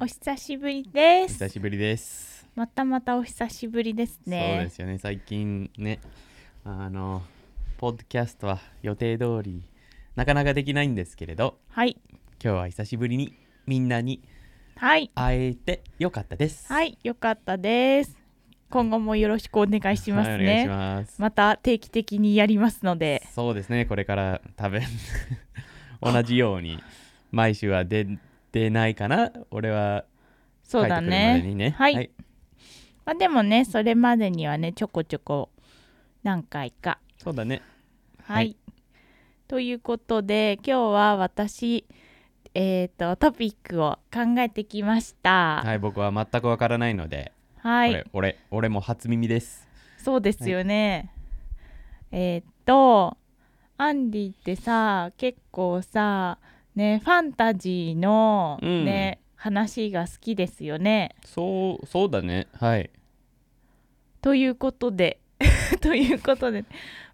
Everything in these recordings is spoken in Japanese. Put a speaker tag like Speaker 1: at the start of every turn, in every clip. Speaker 1: お久しぶりです
Speaker 2: 久しぶりです、
Speaker 1: またまたお久しぶりですね
Speaker 2: そうですよね最近ねあのポッドキャストは予定通りなかなかできないんですけれど
Speaker 1: はい
Speaker 2: 今日は久しぶりにみんなに
Speaker 1: はい
Speaker 2: 会えてよかったです
Speaker 1: はいよかったです今後もよろしくお願いします
Speaker 2: はいお願い
Speaker 1: ね、
Speaker 2: します
Speaker 1: また定期的にやりますので
Speaker 2: そうですねこれから多分 同じように毎週は出出ないかな俺は帰
Speaker 1: そ
Speaker 2: っ
Speaker 1: う
Speaker 2: て
Speaker 1: だ
Speaker 2: くるまで
Speaker 1: ね
Speaker 2: にね
Speaker 1: はい、まあでもねそれまでにはねちょこちょこ何回か
Speaker 2: そうだね
Speaker 1: は、
Speaker 2: はいい
Speaker 1: ということで今日は私えっ、とトピックを考えてきました
Speaker 2: はい僕は全くわからないので、
Speaker 1: はい、
Speaker 2: これ俺俺も初耳です
Speaker 1: そうですよね、えーっとアンディってさ結構さねファンタジーの
Speaker 2: うん
Speaker 1: ね、話が好きですよね
Speaker 2: そうそうだねはい
Speaker 1: ということで ということで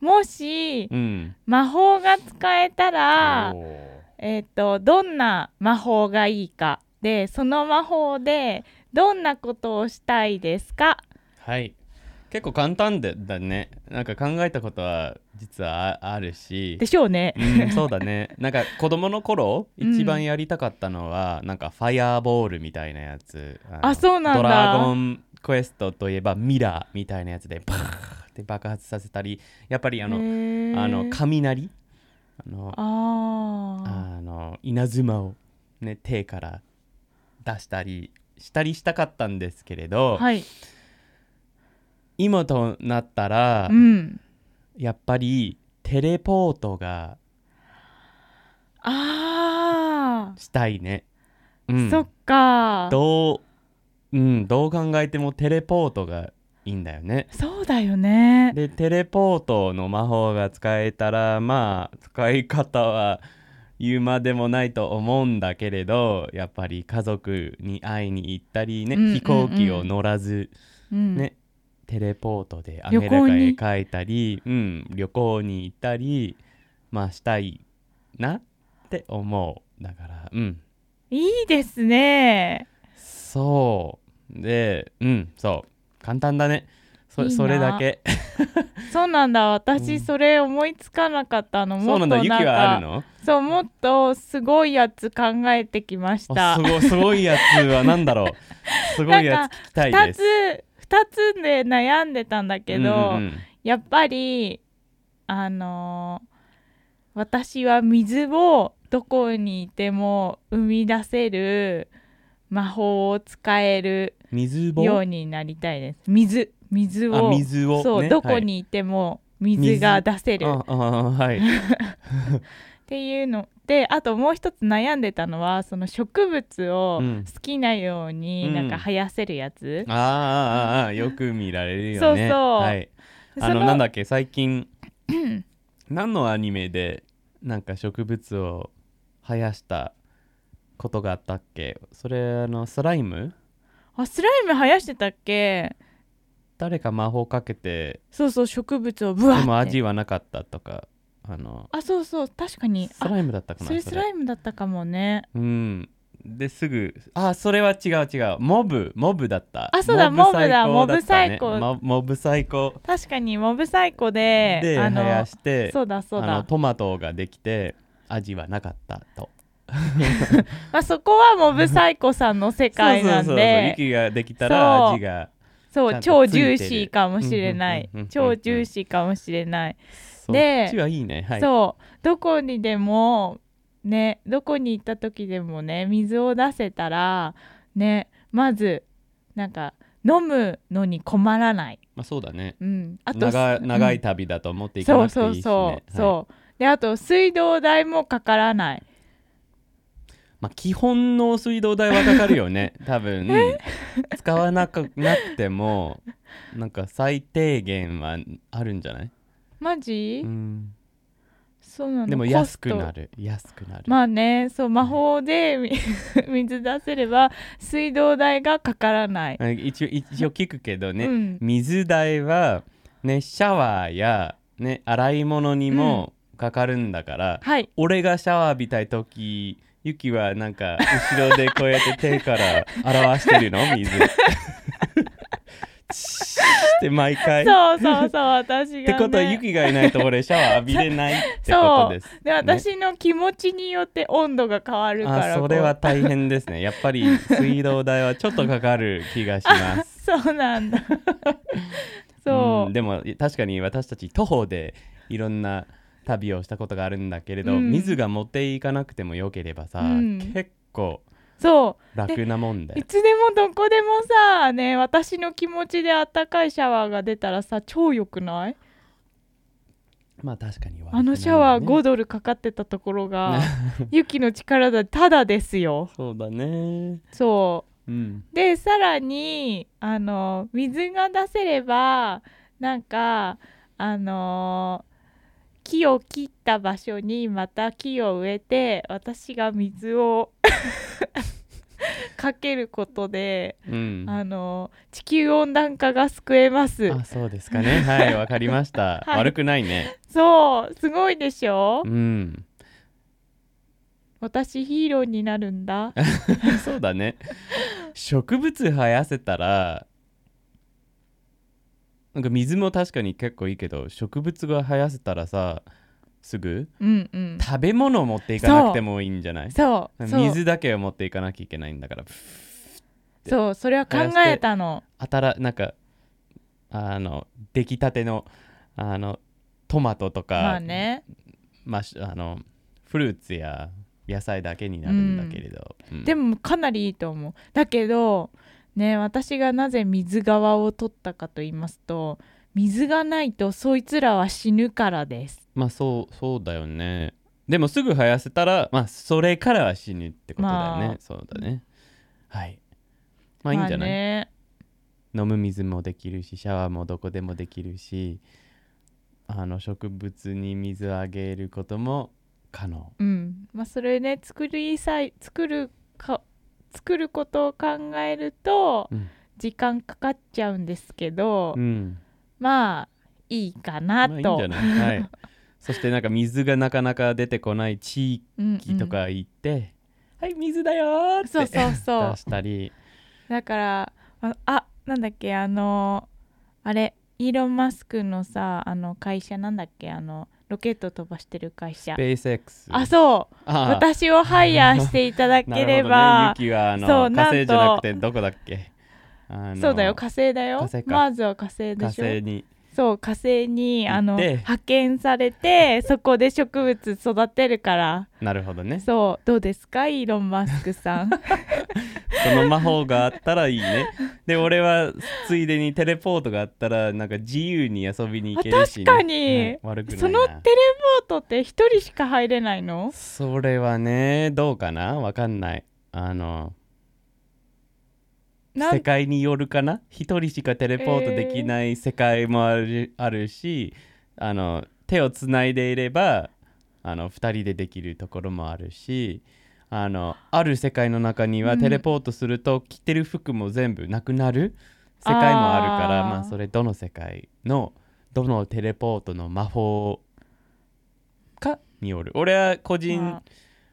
Speaker 1: もし
Speaker 2: うん
Speaker 1: 魔法が使えたら
Speaker 2: おー
Speaker 1: えーっとどんな魔法がいいかでその魔法でどんなことをしたいですか
Speaker 2: はい結構簡単でだねなんか考えたことは実はああるし
Speaker 1: でしょうね
Speaker 2: うん、そうだねなんか子供の頃
Speaker 1: うん
Speaker 2: 一番やりたかったのは、なんかファイアーボールみたいなやつの
Speaker 1: あそうなんだ
Speaker 2: ドラゴンクエストといえばミラーみたいなやつでバーって爆発させたりやっぱりあ
Speaker 1: へ
Speaker 2: の
Speaker 1: ー
Speaker 2: あの雷あの
Speaker 1: あー
Speaker 2: あの稲妻を、ね、手から出したりしたりしたかったんですけれど、
Speaker 1: はい
Speaker 2: 今となったら、
Speaker 1: うん
Speaker 2: やっぱりテレポートが
Speaker 1: あ
Speaker 2: したいね。う
Speaker 1: あ、
Speaker 2: ん、
Speaker 1: そっか
Speaker 2: どう、うん、どう考えてもテレポートがいいんだよね。
Speaker 1: そうだよね
Speaker 2: でテレポートの魔法が使えたらまあ使い方は言うまでもないと思うんだけれどやっぱり家族に会いに行ったりね、
Speaker 1: うんうんうん
Speaker 2: 飛行機を乗らず
Speaker 1: うん、
Speaker 2: ね、テレポートでア
Speaker 1: 旅
Speaker 2: メ
Speaker 1: 行
Speaker 2: リ
Speaker 1: に
Speaker 2: カへ帰ったりうん、旅行に行ったりまあしたいなって思うだからうん
Speaker 1: いいですね
Speaker 2: そうでうんそう簡単だねそ
Speaker 1: いいな
Speaker 2: それだけ
Speaker 1: そうなんだ
Speaker 2: う
Speaker 1: 私
Speaker 2: ん
Speaker 1: それ思いつかなかったの、も
Speaker 2: そ
Speaker 1: っ
Speaker 2: う
Speaker 1: と
Speaker 2: なんだ
Speaker 1: な
Speaker 2: ユ
Speaker 1: ん
Speaker 2: キ
Speaker 1: か
Speaker 2: はあるの
Speaker 1: そうもっとすごいやつ考えてきまし
Speaker 2: あ
Speaker 1: た
Speaker 2: すごいすごいやつは何だろう すごいやつ聞きたい
Speaker 1: 2
Speaker 2: です
Speaker 1: つ二つで悩んでたんだけど、
Speaker 2: うんうん
Speaker 1: やっぱりあのー私は水をどこにいても生み出せる魔法を使える
Speaker 2: 水棒
Speaker 1: ようになりたいです水水
Speaker 2: あ
Speaker 1: を
Speaker 2: 水を
Speaker 1: そう、
Speaker 2: ね
Speaker 1: どこにいても水が出せる
Speaker 2: はい、
Speaker 1: っ
Speaker 2: ああはい
Speaker 1: ていうのであともう一つ悩んでたのはその植物を
Speaker 2: うん
Speaker 1: 好きなように
Speaker 2: うん
Speaker 1: なんか生やせるやつ、
Speaker 2: ああああよく見られるよ
Speaker 1: そ
Speaker 2: ね
Speaker 1: うそう
Speaker 2: はい
Speaker 1: そ
Speaker 2: あの
Speaker 1: の
Speaker 2: なんだっけ最近何のアニメでなんか植物を生やしたことがあったっけそれあのスライム
Speaker 1: あスライム生やしてたっけ
Speaker 2: 誰か魔法かけて
Speaker 1: そうそう植物をぶわ
Speaker 2: で
Speaker 1: って
Speaker 2: も味はなかったとかあの
Speaker 1: あそうそう確かに
Speaker 2: ス
Speaker 1: あ
Speaker 2: ライムだったかな
Speaker 1: それスライムだったかもね
Speaker 2: うんですぐあそれは違う違うモブモブだった
Speaker 1: あそうだモブだ
Speaker 2: ったねモモブ最高
Speaker 1: 確かにモブサイコで
Speaker 2: で
Speaker 1: あ
Speaker 2: 生
Speaker 1: の
Speaker 2: やして
Speaker 1: そうだそう
Speaker 2: あの
Speaker 1: だ
Speaker 2: トマトができて味はなかったと
Speaker 1: まあ、そこはモブサイコさんの世界なん
Speaker 2: そうそうそうそう
Speaker 1: で
Speaker 2: 雪ができたら
Speaker 1: そう
Speaker 2: 味が
Speaker 1: そ
Speaker 2: ちゃ
Speaker 1: うん超
Speaker 2: とつい
Speaker 1: ジ
Speaker 2: てる
Speaker 1: ューシーかもしれない
Speaker 2: うんうんうんうん
Speaker 1: 超ジューシーかもしれない、
Speaker 2: そっちはいいねはい
Speaker 1: そうどこにでもねどこに行った時でもね水を出せたらねまずなんか飲むのに困らない、
Speaker 2: まあ、そうだね
Speaker 1: うん、あと
Speaker 2: 長
Speaker 1: うん
Speaker 2: 長い旅だと思っていか
Speaker 1: そ
Speaker 2: な
Speaker 1: う
Speaker 2: くて
Speaker 1: そ
Speaker 2: いいし、
Speaker 1: う
Speaker 2: ね、
Speaker 1: そうそう、
Speaker 2: はい
Speaker 1: であと水道代もかからない
Speaker 2: まあ、基本の水道代はかかるよ ね多分使わなくなくてもなんか最低限はあるんじゃない、
Speaker 1: マジ、
Speaker 2: うん、
Speaker 1: そうなの
Speaker 2: でも安くな
Speaker 1: る
Speaker 2: る安くなる、
Speaker 1: まあねそう魔法でみ 水出せれば水道代がかからない、
Speaker 2: あ一応一応聞くけどね、
Speaker 1: うん
Speaker 2: 水代は、ね、シャワーや、ね、洗い物にもかかるんだから、
Speaker 1: はい
Speaker 2: 俺がシャワー浴びたい時ユキはなんか後ろでこうやって手から表してるの水チーって毎回
Speaker 1: そうそうそう私が、ね、
Speaker 2: ってことはユキがいないと俺シャワー浴びれないってことです、ね、
Speaker 1: で私の気持ちによって温度が変わるから
Speaker 2: あ
Speaker 1: こ
Speaker 2: そうれは大変ですねやっぱり水道代はちょっとかかる気がしま す
Speaker 1: そうなん だそう、
Speaker 2: うんでも確かに私たち徒歩でいろんな旅をしたことがあるんだけれど、
Speaker 1: うん
Speaker 2: 水が持っていかなくてもよければさ、
Speaker 1: うん
Speaker 2: 結構
Speaker 1: そう
Speaker 2: 楽なもんで
Speaker 1: いつでもどこでもさね私の気持ちであったかいシャワーが出たらさ超良くない
Speaker 2: まあ確かに悪くないよね
Speaker 1: あのシャワー5ドルかかってたところ がユキの力でただですよ
Speaker 2: そうだね
Speaker 1: そ
Speaker 2: うん
Speaker 1: うでさらにあの水が出せればなんかあの木を切った場所にまた木を植えて私が水を かけることで
Speaker 2: うん
Speaker 1: あの地球温暖化が救えます。
Speaker 2: あそうですかね はいわかりました、
Speaker 1: はい
Speaker 2: 悪くないね
Speaker 1: そう、すごいでしょ
Speaker 2: う。ん
Speaker 1: 私ヒーローになるん だ。
Speaker 2: そうだね植物生やせたらなんか水も確かに結構いいけど植物が生やせたらさすぐ
Speaker 1: うんうん。
Speaker 2: 食べ物を持っていかなくてもいいんじゃない
Speaker 1: そう、そう、
Speaker 2: 水だけを持っていかなきゃいけないんだから
Speaker 1: そう、それは考えたの。
Speaker 2: あたらなんかあの出来たてのあのトマトとか、
Speaker 1: まあね。
Speaker 2: まあしあのフルーツや野菜だけになるんだけれど、うん
Speaker 1: でもかなりいいと思う。だけど、ね、私がなぜ水側を取ったかと言いますと、水がないとそいつらは死ぬからです。
Speaker 2: まあそうそうだよねでもすぐ生やせたらまあそれからは死ぬってことだよね、
Speaker 1: まあ
Speaker 2: そうだねはいまあいいんじゃない、
Speaker 1: ね、
Speaker 2: 飲む水もできるしシャワーもどこでもできるしあの植物に水をあげることも可能
Speaker 1: うん。まあそれね、作りさい、作るか、作ることを考えると
Speaker 2: うん、
Speaker 1: 時間かかっちゃうんですけど、
Speaker 2: うん、
Speaker 1: まあいいか
Speaker 2: ま
Speaker 1: な
Speaker 2: あいいんじ
Speaker 1: と
Speaker 2: ゃ。ない、 はい、そしてなんか水がなかなか出てこない地
Speaker 1: うんう
Speaker 2: 域
Speaker 1: ん
Speaker 2: とか行って、はい水だよーって
Speaker 1: そうそう そう
Speaker 2: 出。したり
Speaker 1: だからああなんだっけあのあれイーロン・マスクのさあの会社なんだっけあのロケット飛ばしてる会社。
Speaker 2: SpaceX
Speaker 1: あそう
Speaker 2: あー
Speaker 1: 私をハイヤーしていただ
Speaker 2: なる
Speaker 1: け
Speaker 2: ほどね
Speaker 1: れば、
Speaker 2: ユキはあの
Speaker 1: そう
Speaker 2: 火星じゃなくて
Speaker 1: な
Speaker 2: どこだっけあの
Speaker 1: そうだよ火星だよ
Speaker 2: 火星か
Speaker 1: マーズは火星
Speaker 2: 火
Speaker 1: でしょ
Speaker 2: 星に
Speaker 1: そう火星にあの
Speaker 2: 行って
Speaker 1: 派遣され てそこで植物育てるから
Speaker 2: なるほどね
Speaker 1: そうどうですかイーロン・マスク さん
Speaker 2: その魔法があったらいいね。で、俺はついでにテレポートがあったら、なんか自由に遊びに行けるし、ね。
Speaker 1: あ確かに
Speaker 2: はい悪くないな
Speaker 1: そのテレポートって一人しか入れないの
Speaker 2: それはね、どうかなわかんない。あの、
Speaker 1: なん
Speaker 2: 世界によるかな一人しかテレポートできない世界もある,、あるし、あの、手をつないでいれば、あの、二人でできるところもあるし、あの、ある世界の中に
Speaker 1: う
Speaker 2: は
Speaker 1: ん
Speaker 2: テレポートすると着てる服も全部なくなる。世界もあるから
Speaker 1: あー
Speaker 2: まあそれどの世界のどのテレポートの魔法かによる俺は個人、
Speaker 1: まあ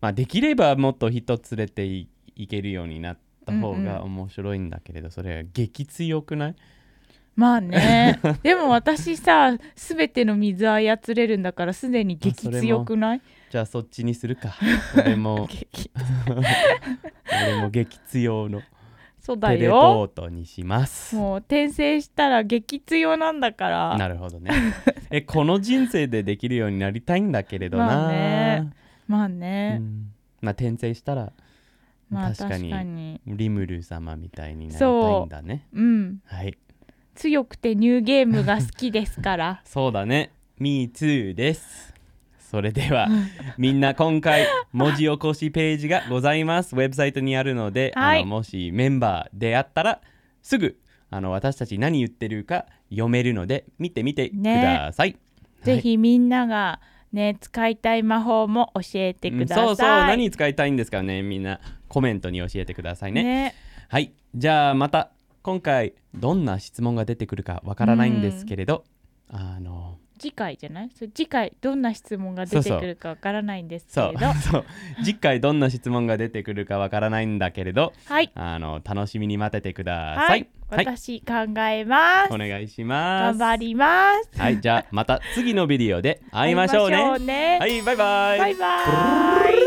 Speaker 2: まあ、できればもっと人連れていいけるようになった方
Speaker 1: うんうん
Speaker 2: が面白いんだけれど、それは激強くない
Speaker 1: まあ ねでも私さ全ての水操れるんだからすでに激強くない
Speaker 2: じゃあそっちにす るか俺も
Speaker 1: 激
Speaker 2: 俺も激強の
Speaker 1: そう だ
Speaker 2: テレポ
Speaker 1: よ
Speaker 2: ートにします
Speaker 1: もう転生したら激強なんだから
Speaker 2: なるほどねえこの人生でできるようになりたいんだけれどな、
Speaker 1: まあねまあ
Speaker 2: う
Speaker 1: ね、
Speaker 2: んまあ転生したら
Speaker 1: まあ
Speaker 2: 確
Speaker 1: 確
Speaker 2: か
Speaker 1: か
Speaker 2: に
Speaker 1: に
Speaker 2: リムル様みたいになりたいんだね
Speaker 1: うん
Speaker 2: はい
Speaker 1: 強くてニューゲームが好きですから
Speaker 2: そうだね Me too ですそれではみんな今回文字起こしページがございますウェブサイトにあるので、
Speaker 1: は
Speaker 2: あ
Speaker 1: い
Speaker 2: のもしメンバーであったらすぐあの私たち何言ってるか読めるので見てみてください、
Speaker 1: ぜひみんながね使いたい魔法も教えて
Speaker 2: うん
Speaker 1: ください、
Speaker 2: そうそう何使いたいんですかねみんなコメントに教えてくださいね
Speaker 1: ね
Speaker 2: はいじゃあまた今回どんな質問が出てくるかわからないんですけれどあの
Speaker 1: 次回じゃないそう次回どんな質問が出てくるかわからないんですけ
Speaker 2: そ
Speaker 1: れ
Speaker 2: う
Speaker 1: ど
Speaker 2: そう次回どんな質問が出てくるかわからないんだけれど
Speaker 1: はい
Speaker 2: あの楽しみに待っててくだ
Speaker 1: は
Speaker 2: さ
Speaker 1: い
Speaker 2: い、
Speaker 1: 私考えます
Speaker 2: お願いします
Speaker 1: 頑張ります
Speaker 2: はいじゃあまた次のビデオで会いましょうね
Speaker 1: 会いましょうね
Speaker 2: はいバイバイ
Speaker 1: バイバイ